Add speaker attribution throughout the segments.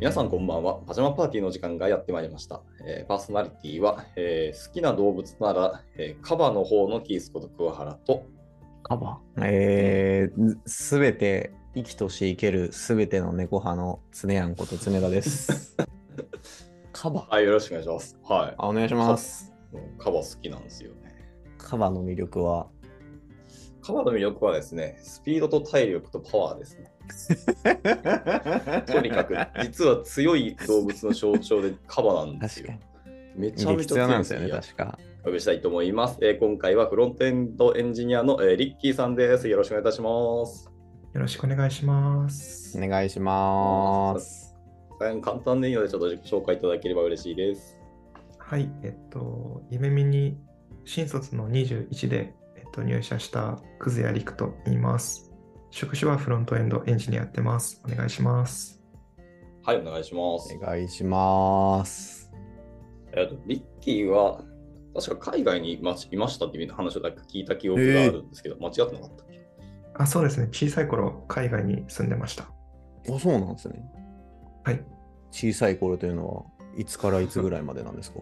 Speaker 1: 皆さんこんばんは。パジャマパーティーの時間がやってまいりました。えーパーソナリティは、えー好きな動物なら、えーカバの方のキースこと桑原と、
Speaker 2: カバえー、すべて生きとし生けるすべての猫派の常やんこと常田です。カバ
Speaker 1: はい、よろしくお願いします。は
Speaker 2: あお願いします。
Speaker 1: い。カバ好きなんですよね。
Speaker 2: カバの魅力 は、
Speaker 1: カバの魅力はですね、スピードと体力とパワーですね。とにか く、実は強い動物の象徴でカバなんです
Speaker 2: 確
Speaker 1: よ
Speaker 2: か。に。
Speaker 1: めちゃ
Speaker 2: 見
Speaker 1: め
Speaker 2: て
Speaker 1: ちゃ
Speaker 2: 必要なん
Speaker 1: 強い
Speaker 2: ですよね、確か。
Speaker 1: お呼びしたいと思います、えー今回はフロントエンドエンジニアの、えーリッキーさんです。よろしくお願いいたします。
Speaker 3: よろしくお願いします。
Speaker 2: お願いします。
Speaker 1: 大変簡単でいいので、ちょっと自己紹介いただければ嬉しいです。
Speaker 3: はい、えっと、夢見に新卒の21で、えっと、入社した葛谷陸と言います。職種はフロントエンドエンジニアやってます。お願いします。
Speaker 1: はい、お願いします
Speaker 2: お。願いします。
Speaker 1: えっと、リッキーは、確か海外にいまいましたっていう話をなんか聞いた記憶があるんですけど、間違ってなかったっけ
Speaker 3: あ、そうですね。小さい頃、海外に住んでました。
Speaker 2: あ、そうなんですね。
Speaker 3: はい。
Speaker 2: 小さい頃というのは、いつからいつぐらいまでなんですか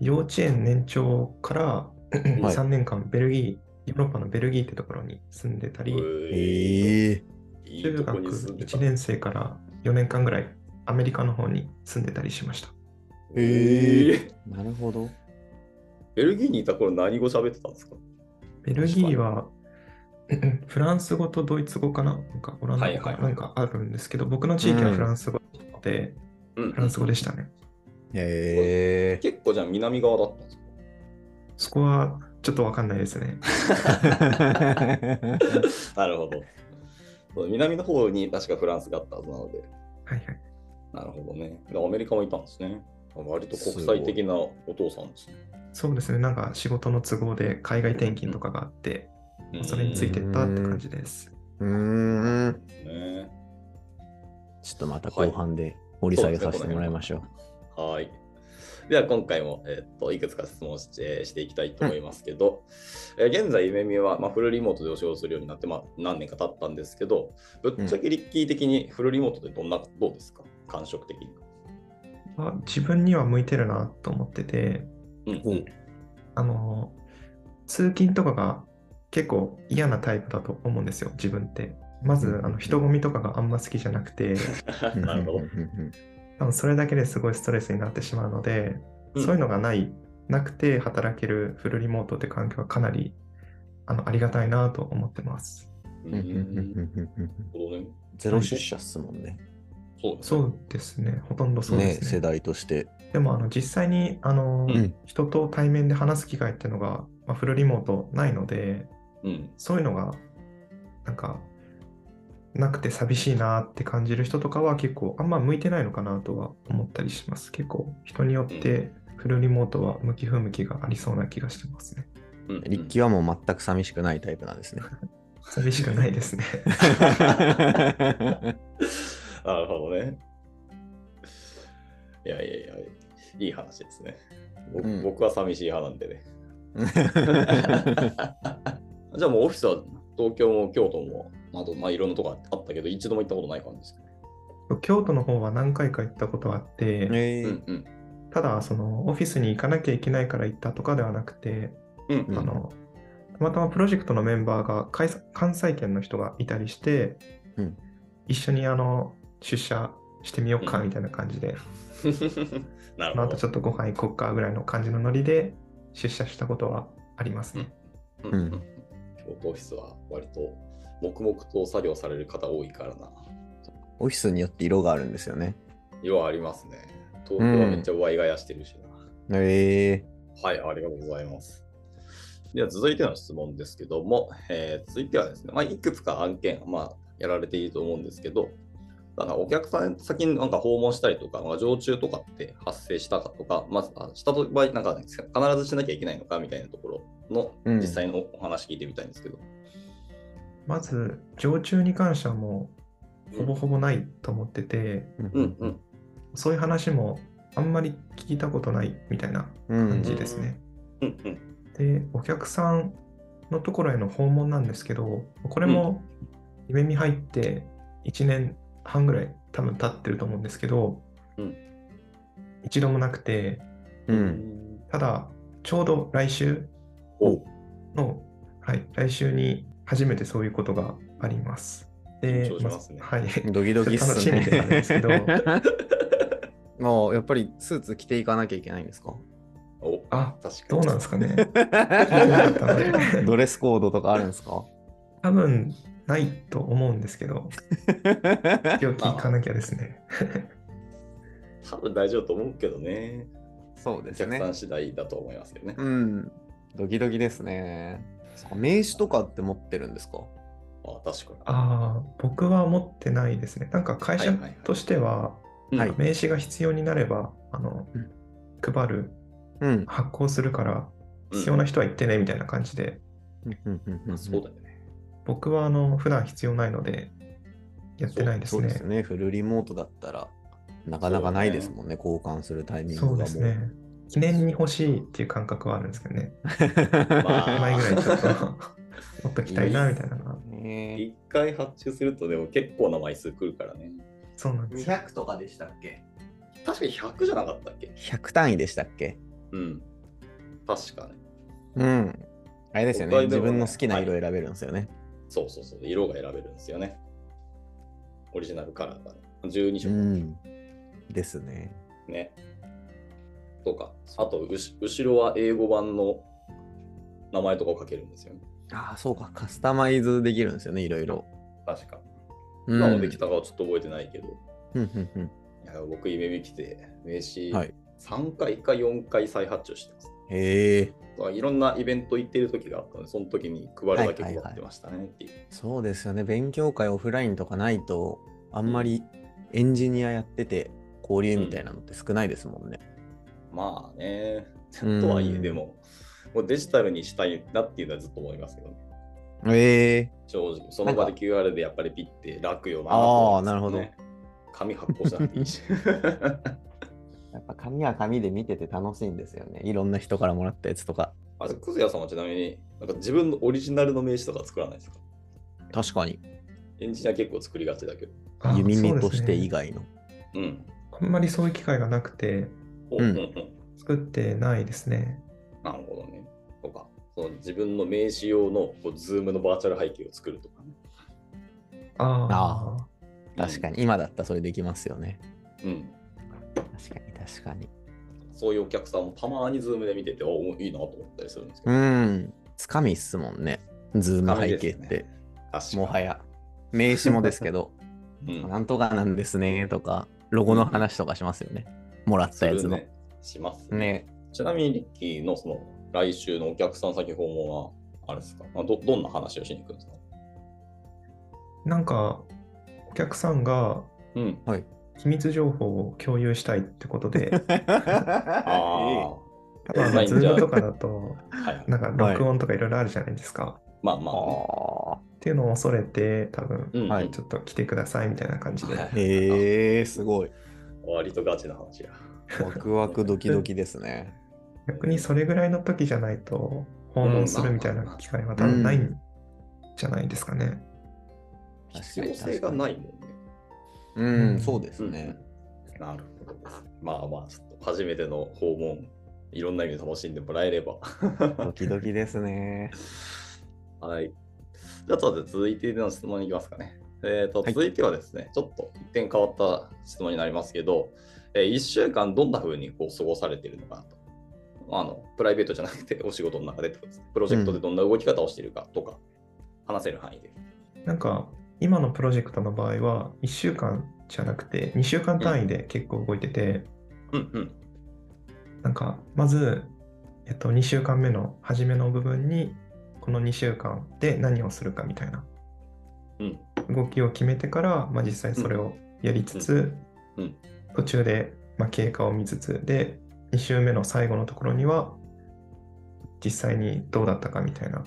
Speaker 3: 幼稚園年長から2、
Speaker 2: はい
Speaker 3: 3年間、ベルギー、ヨーロッパのベルギーってところに住んでたり、
Speaker 1: え
Speaker 2: え
Speaker 1: ー、いい
Speaker 3: 中
Speaker 1: とこ
Speaker 3: 学
Speaker 1: に住んでた
Speaker 3: 1。年生から4年間ぐらい、アメリカの方に住んでたりしました。
Speaker 2: え
Speaker 1: え
Speaker 2: ーなるほど。
Speaker 1: ベルギーにいた頃何語喋ってたんですか
Speaker 3: ベルギーはフランス語とドイツ語かななんかオランダ
Speaker 1: は
Speaker 3: 語
Speaker 1: い
Speaker 3: か
Speaker 1: はいは
Speaker 3: ないんかあるんですけど、僕の地域はフランス語で、
Speaker 1: うん
Speaker 3: フランス語でしたね。
Speaker 2: え
Speaker 1: 結構じゃあ南側だったんですか
Speaker 3: そこはちょっとわかんないですね。
Speaker 2: ー。
Speaker 1: なるほど。そう南の方に確かフランスがあったはずなので。
Speaker 3: はいはい。
Speaker 1: なるほどね。でアメリカもいたんですね。割と国際的なお父さんですね。
Speaker 3: そうですね。なんか仕事の都合で海外転勤とかがあって、
Speaker 1: うん
Speaker 3: それについてったって感じです。
Speaker 2: うーん。
Speaker 1: ね。
Speaker 2: ちょっとまた後半で掘り下げさせてもらいましょう。
Speaker 1: はい。では今回も、えっといくつか質問し,、えーしていきたいと思いますけど、えー現在、ゆめみは、まあ、フルリモートでお仕事するようになって、まあ、何年か経ったんですけど、ぶっちゃけリッキー的にフルリモートでどんな、どうですか感触的に。
Speaker 3: あ自分には向いてるなと思ってて、
Speaker 1: うん
Speaker 2: お
Speaker 3: あの、通勤とかが結構嫌なタイプだと思うんですよ、自分って。まず、あの人混みとかがあんま好きじゃなくて、
Speaker 1: うん なるほど。
Speaker 3: 多分それだけですごいストレスになってしまうので、
Speaker 1: うん
Speaker 3: そういうのがない、なくて働けるフルリモートって環境はかなりあのありがたいなと思ってます。
Speaker 1: うんなるほどね。
Speaker 2: ゼロ出社っすもんね。
Speaker 1: そうです
Speaker 3: そ
Speaker 1: ね。
Speaker 3: うですね、ほとんどそうで
Speaker 2: ね
Speaker 3: す
Speaker 2: 世
Speaker 3: ね。
Speaker 2: 代として。
Speaker 3: でもあの実際にあの、
Speaker 2: うん
Speaker 3: 人と対面で話す機会っていうのが、まあ、フルリモートないので、
Speaker 1: うん。
Speaker 3: そういうのがなんかなくて寂しいなって感じる人とかは結構あんま向いてないのかなとは思ったりします。結構人によってフルリモートは向き不向きがありそうな気がしてま すね。
Speaker 1: うんうん
Speaker 2: 立気はもう全く寂しくないタイプなんですね。
Speaker 3: 寂しくないですね。
Speaker 1: なるほどね。いやいやいや、いい話ですね。僕,、
Speaker 2: うん
Speaker 1: 僕は寂しい派なんでね。 じゃあもうオフィスは東京も京都も、あとまあいろんなとこあったけど、一度も行ったことない感じですか。
Speaker 3: 京都の方は何回か行ったことあって、
Speaker 2: え
Speaker 1: う
Speaker 2: ー
Speaker 1: んうん。
Speaker 3: ただそのオフィスに行かなきゃいけないから行ったとかではなくて、
Speaker 1: うん
Speaker 2: うん
Speaker 3: あのたまたまプロジェクトのメンバーが関関西圏の人がいたりして、
Speaker 2: うん
Speaker 3: 一緒にあの出社してみようかみたいな感じで、
Speaker 1: なる
Speaker 3: ま
Speaker 1: ほ
Speaker 3: たち
Speaker 1: ど。
Speaker 3: ょっとご飯行こっかぐらいの感じのノリで出社したことはありますね。
Speaker 1: うんう
Speaker 2: とうん
Speaker 1: ん京都オフィスは割と黙々と作業される方多いからな。
Speaker 2: オフィスによって色があるんですよね。
Speaker 1: 色はありますね。東京はめっちゃワイガヤしてるしな。
Speaker 2: え
Speaker 1: はい、ありがとうございます。では続いての質問ですけども、えー続いてはですね、まあ、いくつか案件、まあ、やられていると思うんですけど、なんかお客さん先になんか訪問したりとか、まあ、常駐とかって発生したかとか、まああ、した場合、なんか必ずしなきゃいけないのかみたいなところ
Speaker 2: う
Speaker 1: の
Speaker 2: ん
Speaker 1: 実際のお話聞いてみたいんですけど。
Speaker 3: まず、常駐に関してはもうほぼほぼないと思ってて、
Speaker 1: うんうん。
Speaker 3: そういう話もあんまり聞いたことないみたいな
Speaker 2: うん
Speaker 3: 感じですね。
Speaker 1: うんうん。
Speaker 3: で、お客さんのところへの訪問なんですけど、これも夢見入って1年半ぐらい多分経ってると思うんですけど、
Speaker 1: うん
Speaker 3: 一度もなくて、
Speaker 2: うん。
Speaker 3: ただ、ちょうど来週
Speaker 1: お
Speaker 3: の、はい、来週に初めてそういうことがあります。で
Speaker 1: 緊張しますね
Speaker 3: あはい。
Speaker 2: ドキドキっすね
Speaker 3: ちょっと楽しみではあるんで。
Speaker 2: もうやっぱりスーツ着ていかなきゃいけないんですか
Speaker 1: お
Speaker 3: あ、
Speaker 1: 確か
Speaker 3: どう
Speaker 1: に。
Speaker 3: なんですか ね。聞いてなかったので
Speaker 2: ドレスコードとかあるんですか
Speaker 3: 多分ないと思うんですけど、今日聞かなきゃですね。
Speaker 1: 多分大丈夫と思うけどね。
Speaker 2: そう
Speaker 1: お
Speaker 2: です
Speaker 1: 客さ
Speaker 2: ね
Speaker 1: ん。次第だと思いますけどね。
Speaker 2: うん。ドキドキですね。そっか名刺とかって持ってるんですか
Speaker 1: あ確かに。
Speaker 3: ああ、僕は持ってないですね。なんか会社
Speaker 1: はいはいはい
Speaker 3: としては、
Speaker 1: うん
Speaker 2: はい
Speaker 3: 名刺が必要になれば、あの
Speaker 2: うん、
Speaker 3: 配る、
Speaker 2: うん。
Speaker 3: 発行するから、
Speaker 1: うん
Speaker 3: 必要な人は言ってね、みたいな感じで、
Speaker 1: そうだよね。
Speaker 3: 僕はあの、普段必要ないので、やってないです
Speaker 2: そう
Speaker 3: ね。
Speaker 2: ですね。フルリモートだったら、なかなかないですもんね。交換するタイミングが
Speaker 3: そ
Speaker 2: も
Speaker 3: う
Speaker 2: う。
Speaker 3: で すね。記念に欲しいっていう感覚はあるんですけどね。
Speaker 1: まあ
Speaker 3: 前ぐらいちょっと、 持っときたいな、みたいなのは。
Speaker 2: ね
Speaker 1: 一回発注するとでも結構な枚数来るからね。
Speaker 3: そうなんですよ。
Speaker 2: 200とかでしたっけ
Speaker 1: 確かに100じゃなかったっけ
Speaker 2: ?100 単位でしたっけ
Speaker 1: うん。確かね。
Speaker 2: うん。あれですよね。
Speaker 1: 北海道
Speaker 2: 自
Speaker 1: はね
Speaker 2: 分の好きな色選べるんですよね。
Speaker 1: そうそうそう。色が選べるんですよね。オリジナルカラーが、ね、12色
Speaker 2: う
Speaker 1: だっけ
Speaker 2: ん。ですね。
Speaker 1: ね。とか、あとうし、後ろは英語版の名前とかを書けるんですよね。
Speaker 2: ああ、そうか。カスタマイズできるんですよね。いろいろ。
Speaker 1: 確か。
Speaker 2: うん
Speaker 1: 今もできたかはちょっと覚えてないけど、
Speaker 2: うんうんうん
Speaker 1: いや僕、夢見来て、名刺
Speaker 2: はい
Speaker 1: 3回か4回再発注してます。
Speaker 2: へえ、
Speaker 1: だからいろんなイベント行ってる時があったので、その時に配るだけ配ってましたねっていう。
Speaker 2: そうですよね。勉強会オフラインとかないと、あんまりエンジニアやってて、交流みたいなのって少ないですもんね。
Speaker 1: まあね、
Speaker 2: うん
Speaker 1: とはいえ、でも、もうデジタルにしたいなっていうのはずっと思いますけどね。
Speaker 2: へえ、
Speaker 1: 正直、その場で QR でやっぱりピッて楽よなと思
Speaker 2: ああ
Speaker 1: うんですよ
Speaker 2: なる
Speaker 1: ね。紙発行しなくていいし。
Speaker 2: やっぱ紙は紙で見てて楽しいんですよね。いろんな人からもらったやつとか。
Speaker 1: あクズヤさんはちなみに、なんか自分のオリジナルの名刺とか作らないですか
Speaker 2: 確かに、
Speaker 1: エンジニア結構作りがちだけど。
Speaker 3: あ
Speaker 2: 弓目
Speaker 3: そう
Speaker 2: と
Speaker 3: です
Speaker 2: し
Speaker 3: ね
Speaker 2: て以外の。
Speaker 1: うん。
Speaker 3: あんまりそういう機会がなくて、
Speaker 1: ほうほうほう
Speaker 3: 作ってないですね。
Speaker 1: なるほどね。とか、その自分の名刺用のこうズームのバーチャル背景を作るとかね。
Speaker 3: あ
Speaker 2: あ
Speaker 3: あ。
Speaker 2: 確かに、今だったらそれできますよね。
Speaker 1: に。うん。
Speaker 2: 確かに、確かに。
Speaker 1: そういうお客さんもたまにズームで見てて、おいいなと思ったりするんですけ
Speaker 2: う
Speaker 1: ど。
Speaker 2: ん、つかみっすもんね。ズーム背景っ
Speaker 1: つかみ
Speaker 2: て、
Speaker 1: で確かに。
Speaker 2: もはや。名刺もですけど、
Speaker 1: うん、
Speaker 2: なんとかなんですねとか、ロゴの話とかしますよね。もらっ
Speaker 1: す
Speaker 2: たやつ
Speaker 1: る
Speaker 2: の。
Speaker 1: ね。しますね。
Speaker 2: ね。、
Speaker 1: ちなみに、リッキーのその来週のお客さん先訪問は、あれですか、まあどどんな話をしに行くんですか
Speaker 3: なんか、お客さんが
Speaker 1: うん。
Speaker 3: 機密情報を共有したいってことで
Speaker 1: ああ。は
Speaker 3: 多分あ
Speaker 1: まあ
Speaker 3: の、ズームとかだと、
Speaker 1: いはい。
Speaker 3: なんか録音とかいろいろあるじゃないですか。
Speaker 1: まあまあね、
Speaker 2: あ
Speaker 3: っていうのを恐れて、多分、
Speaker 1: うん
Speaker 2: はい
Speaker 3: ちょっと来てくださいみたいな感じで。
Speaker 1: はい
Speaker 2: ー。へえ、すごい。
Speaker 1: 割とガチな話や。
Speaker 2: ワクワクドキドキですね。
Speaker 3: 逆にそれぐらいの時じゃないと、訪問するみたいな機会は多分ないんじゃないですかね。
Speaker 1: 必要性がないもんね。
Speaker 2: うん、そうですね。
Speaker 1: うん。なるほどです。まあまあ、ちょっと初めての訪問、いろんな意味で楽しんでもらえれば。
Speaker 2: ドキドキですね。
Speaker 1: はい。じゃあ、と続いての質問に行きますかね。えーと
Speaker 2: はい
Speaker 1: 続いてはですね、ちょっと一点変わった質問になりますけど、え1週間どんな風にこう過ごされているのかなと。あのプライベートじゃなくて、お仕事の中でってことですね。プロジェクトでどんな動き方をしているかとか、話せる範囲で。
Speaker 3: なんか、今のプロジェクトの場合は、1週間じゃなくて、2週間単位で結構動いてて、
Speaker 1: うんうん。
Speaker 3: なんか、まず、えっと、2週間目の初めの部分に、この2週間で何をするかみたいな
Speaker 1: うん。
Speaker 3: 動きを決めてから、まあ、実際それをやりつつ、
Speaker 1: うんうん
Speaker 3: 途中で、まあ、経過を見つつで2週目の最後のところには実際にどうだったかみたいな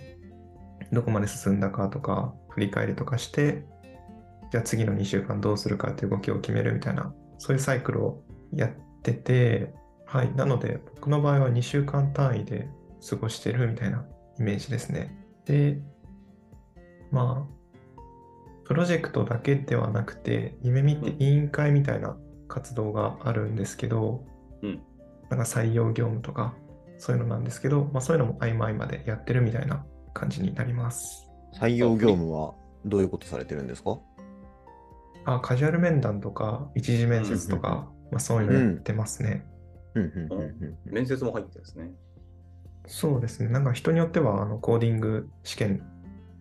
Speaker 3: どこまで進んだかとか振り返りとかしてじゃあ次の2週間どうするかっていう動きを決めるみたいなそういうサイクルをやっててはいなので僕の場合は2週間単位で過ごしてるみたいなイメージですねでまあプロジェクトだけではなくて、夢見て委員会みたいな活動があるんですけど、
Speaker 1: うん
Speaker 3: なんか採用業務とか、そういうのなんですけど、まあ、そういうのも合間合間でやってるみたいな感じになります。
Speaker 2: 採用業務はどういうことされてるんですか
Speaker 3: あカジュアル面談とか、一次面接とか、まあ、そういうのやってますね。
Speaker 2: うんうんうんうんうん
Speaker 1: 面接も入ってるんですね。
Speaker 3: そうですね、なんか人によってはあのコーディング試験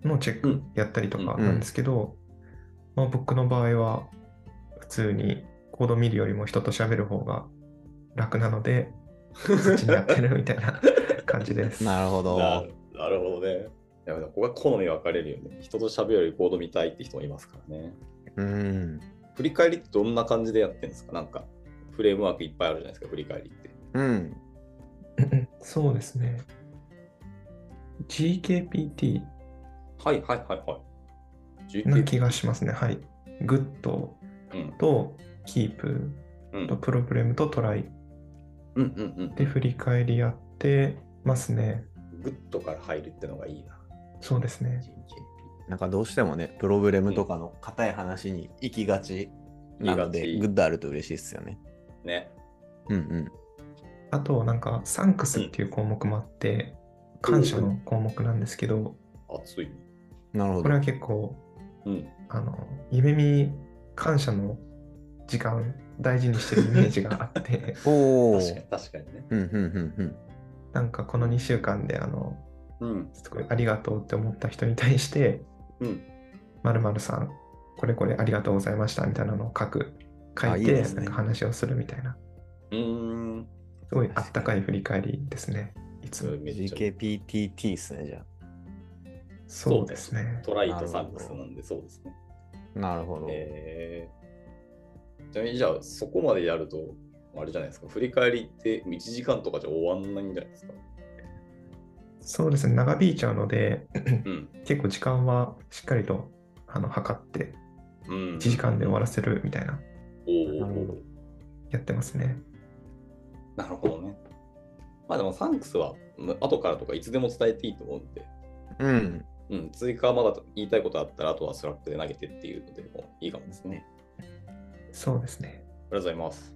Speaker 3: のチェッ
Speaker 1: う
Speaker 3: ク
Speaker 1: ん
Speaker 3: やったりとかなんですけど、まあ、僕の場合は普通にコード見るよりも人と喋る方が楽なので、そっちにやってるみたい な感じです。
Speaker 2: なるほ
Speaker 1: な
Speaker 2: ど。
Speaker 1: なるほどね。いやでもここが好み分かれるよね。人と喋るよりコード見たいって人もいますからね。
Speaker 2: うん。
Speaker 1: 振り返りってどんな感じでやってるんですかなんかフレームワークいっぱいあるじゃないですか、振り返りって。
Speaker 2: うん。
Speaker 3: うんうん そうですね。GKPT
Speaker 1: はいはいはいはい。
Speaker 3: な
Speaker 1: GKP
Speaker 3: 気がしますね。はい。Good
Speaker 1: うん
Speaker 3: と Keep
Speaker 1: うん
Speaker 3: と Problem と Try
Speaker 1: うんうん
Speaker 3: で振り返りやってますね。
Speaker 1: うん。グッドから入るってのがいいな。
Speaker 3: そうですね。
Speaker 2: なんかどうしてもね、プログラムとかの硬い話に行きがちなの
Speaker 1: 行き
Speaker 2: で、
Speaker 1: がち
Speaker 2: グッドあると嬉しいですよね。
Speaker 1: ね。
Speaker 2: うんうん。
Speaker 3: あと、なんか、サンクスっていう項目もあって、感謝の項目なんですけど、
Speaker 1: 熱い。
Speaker 2: なるほ
Speaker 3: こ
Speaker 2: ど
Speaker 3: れ。は結構、
Speaker 1: うん。
Speaker 3: あの、夢見感謝の時間、大事にしてるイメージが あって、
Speaker 2: おお。
Speaker 1: 確かに確かにね。
Speaker 2: うんうんうん
Speaker 3: なんかこの2週間で、あの、
Speaker 1: うん。
Speaker 3: すごいありがとうって思った人に対して、
Speaker 1: うん。
Speaker 3: まるさん、これこれありがとうございましたみたいなのを書く、書
Speaker 2: あい
Speaker 3: い
Speaker 2: い
Speaker 3: て、
Speaker 2: ですね
Speaker 3: なんか話をするみたいな、
Speaker 1: うーん。
Speaker 3: すごいあったかい振り返りですね、いつ
Speaker 1: すご
Speaker 3: も
Speaker 1: い。
Speaker 2: う
Speaker 1: め
Speaker 2: ん。
Speaker 1: っちゃ
Speaker 2: GKPTT ですね、じゃ
Speaker 3: そうですね。
Speaker 1: トライとサンクスなんでそうですね。
Speaker 2: あ。なるほど。
Speaker 1: えー、ちなみにじゃあそこまでやると、あれじゃないですか、振り返りって1時間とかじゃ終わんないんじゃないですか。
Speaker 3: そうですね、長引いちゃうので、
Speaker 1: うん。
Speaker 3: 結構時間はしっかりとあの測って
Speaker 1: うん、
Speaker 3: 1時間で終わらせるみたいな
Speaker 1: おー
Speaker 2: なるほど
Speaker 3: やってますね。
Speaker 1: なるほどね。まあでもサンクスはむ後からとかいつでも伝えていいと思うんで、
Speaker 2: うん。
Speaker 1: うん、追加はまだ言いたいことあったら、あとはスラックで投げてっていうのでもいいかもですね。
Speaker 3: そうです
Speaker 1: あ
Speaker 3: ね。
Speaker 1: りがとうございます。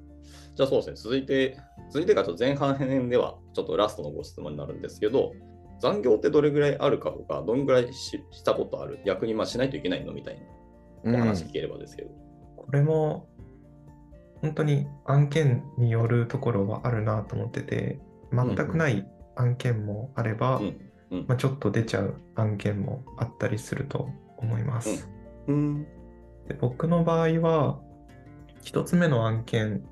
Speaker 1: じゃあそうですね、続いて、続いてがちょっと前半編では、ちょっとラストのご質問になるんですけど、残業ってどれぐらいあるかとか、どんぐらいししたことある、逆にまあしないといけないのみたいなお話聞ければですけど。
Speaker 3: これも本当に案件によるところはあるなと思ってて全くない案件もあれば、
Speaker 1: うんうん
Speaker 3: まあ、ちょっと出ちゃう案件もあったりすると思います。
Speaker 1: うん。
Speaker 3: で僕の場合は1つ目の案件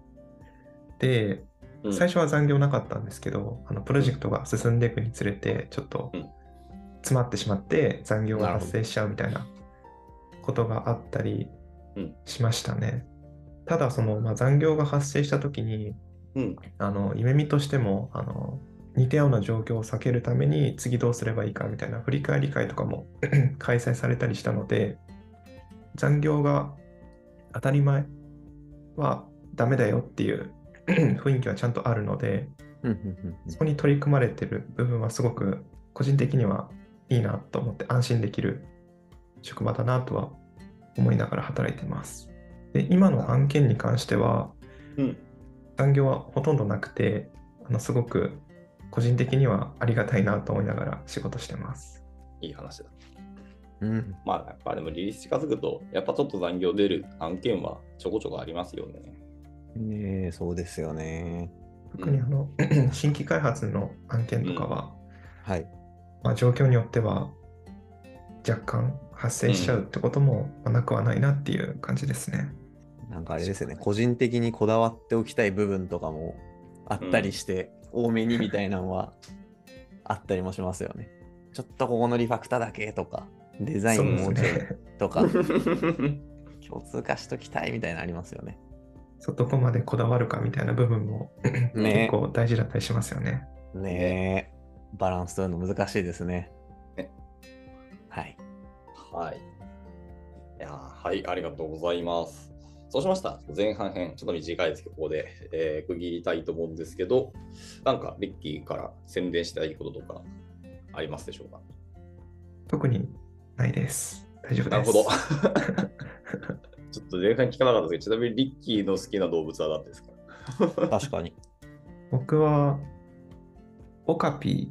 Speaker 3: で
Speaker 1: うん
Speaker 3: 最初は残業なかったんですけど、あのプロジェクトが進んでいくにつれてちょっと
Speaker 1: うん
Speaker 3: 詰まってしまって残業が
Speaker 2: なるほど
Speaker 3: 発生しちゃうみたいなことがあったり
Speaker 1: うん
Speaker 3: しましたね、ただその、まあ、残業が発生した時に
Speaker 1: うん。
Speaker 3: あの夢見としてもあの似たような状況を避けるために次どうすればいいかみたいな振り返り会とかも 開催されたりしたので残業が当たり前はダメだよっていう 雰囲気はちゃんとあるので
Speaker 2: うんうん
Speaker 3: そこに取り組まれてる部分はすごく個人的にはいいなと思って安心できる職場だなとは思いながら働いてます。で今の案件に関しては
Speaker 1: うん。
Speaker 3: 残業はほとんどなくてあのすごく個人的にはありがたいなと思いながら仕事してます。
Speaker 1: いい話だ。
Speaker 2: うんうん。
Speaker 1: まあやっぱでもリリース近づくと、やっぱちょっと残業出る案件はちょこちょこありますよね。
Speaker 2: うん。ねえ、そうですよね。
Speaker 3: 特にあの、新規開発の案件とかは、
Speaker 2: はい。
Speaker 3: まあ、状況によっては若干発生しちゃうってこともまあなくはないなっていう感じですね。
Speaker 2: なんかあれですよね、個人的にこだわっておきたい部分とかもあったりして、多めにみたいなのはあったりもしますよね。ちょっとここのリファクターだけとか、デザインも
Speaker 3: そう
Speaker 2: う
Speaker 3: で
Speaker 2: ちょ
Speaker 3: す
Speaker 2: い
Speaker 3: ね。
Speaker 2: とか、
Speaker 1: うん
Speaker 2: 共通化しときたいみたいなのありますよね。
Speaker 3: そうどこまでこだわるかみたいな部分も結
Speaker 2: ね
Speaker 3: 構大事だったりしますよね。
Speaker 2: え。ねえ。バランス取るの難しいですね
Speaker 1: ね。
Speaker 2: はい。
Speaker 1: はい。いやーはい、ありがとうございます。そうしました。前半編、ちょっと短いですけど、ここで、えー区切りたいと思うんですけど、なんか、リッキーから宣伝したいこととか、ありますでしょうか
Speaker 3: 特にないです。大丈夫です。
Speaker 1: なるほど。 ちょっと前半聞かなかったですけど、ちなみにリッキーの好きな動物は何ですか
Speaker 2: 確かに。
Speaker 3: 僕は、オカピ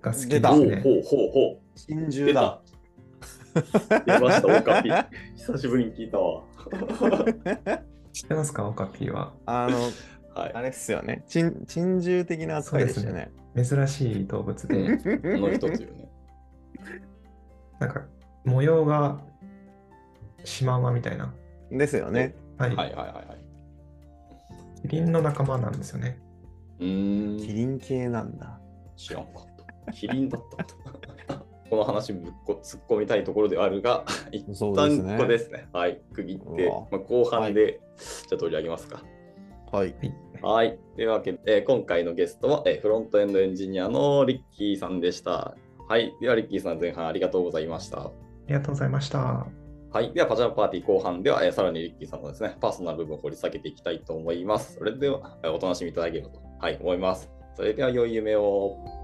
Speaker 3: が好
Speaker 2: 出
Speaker 3: きで
Speaker 2: た
Speaker 3: す
Speaker 1: ほう
Speaker 3: ね
Speaker 1: ほ。うほうほ
Speaker 2: 真珠だ。
Speaker 1: う。出ました、オカピ。久しぶりに聞いたわ。
Speaker 3: 知ってますか、オカピは。
Speaker 2: あの、
Speaker 1: はい。
Speaker 2: あれっすよね。珍珍獣的な扱いでしたよね。
Speaker 3: 珍しい動物で、
Speaker 1: この一つよね。
Speaker 3: なんか模様がシマウマみたいな。
Speaker 2: ですよね。
Speaker 3: はい。
Speaker 1: はいはいはいはい。
Speaker 3: キリンの仲間なんですよね。
Speaker 1: うーん。
Speaker 2: キリン系なんだ。
Speaker 1: 知らんかった。キリンだったと。 この話ぶっこ突っ込みたいところではあるが、一
Speaker 2: そうです
Speaker 1: 旦
Speaker 2: ね
Speaker 1: ここですね。はい。区切って
Speaker 2: うわ、
Speaker 1: まあ、後半で、じゃあ取り上げますか。
Speaker 2: はい。
Speaker 3: はい。
Speaker 1: はい。というわけで、えー今回のゲストは、えーフロントエンドエンジニアのリッキーさんでした。はい。では、リッキーさん前半ありがとうございました。
Speaker 3: ありがとうございました。
Speaker 1: はい。では、パジャマパーティー後半では、えーさらにリッキーさんのですね、パーソナル部分を掘り下げていきたいと思います。それでは、えーお楽しみいただければと、はい、思います。それでは、良い夢を。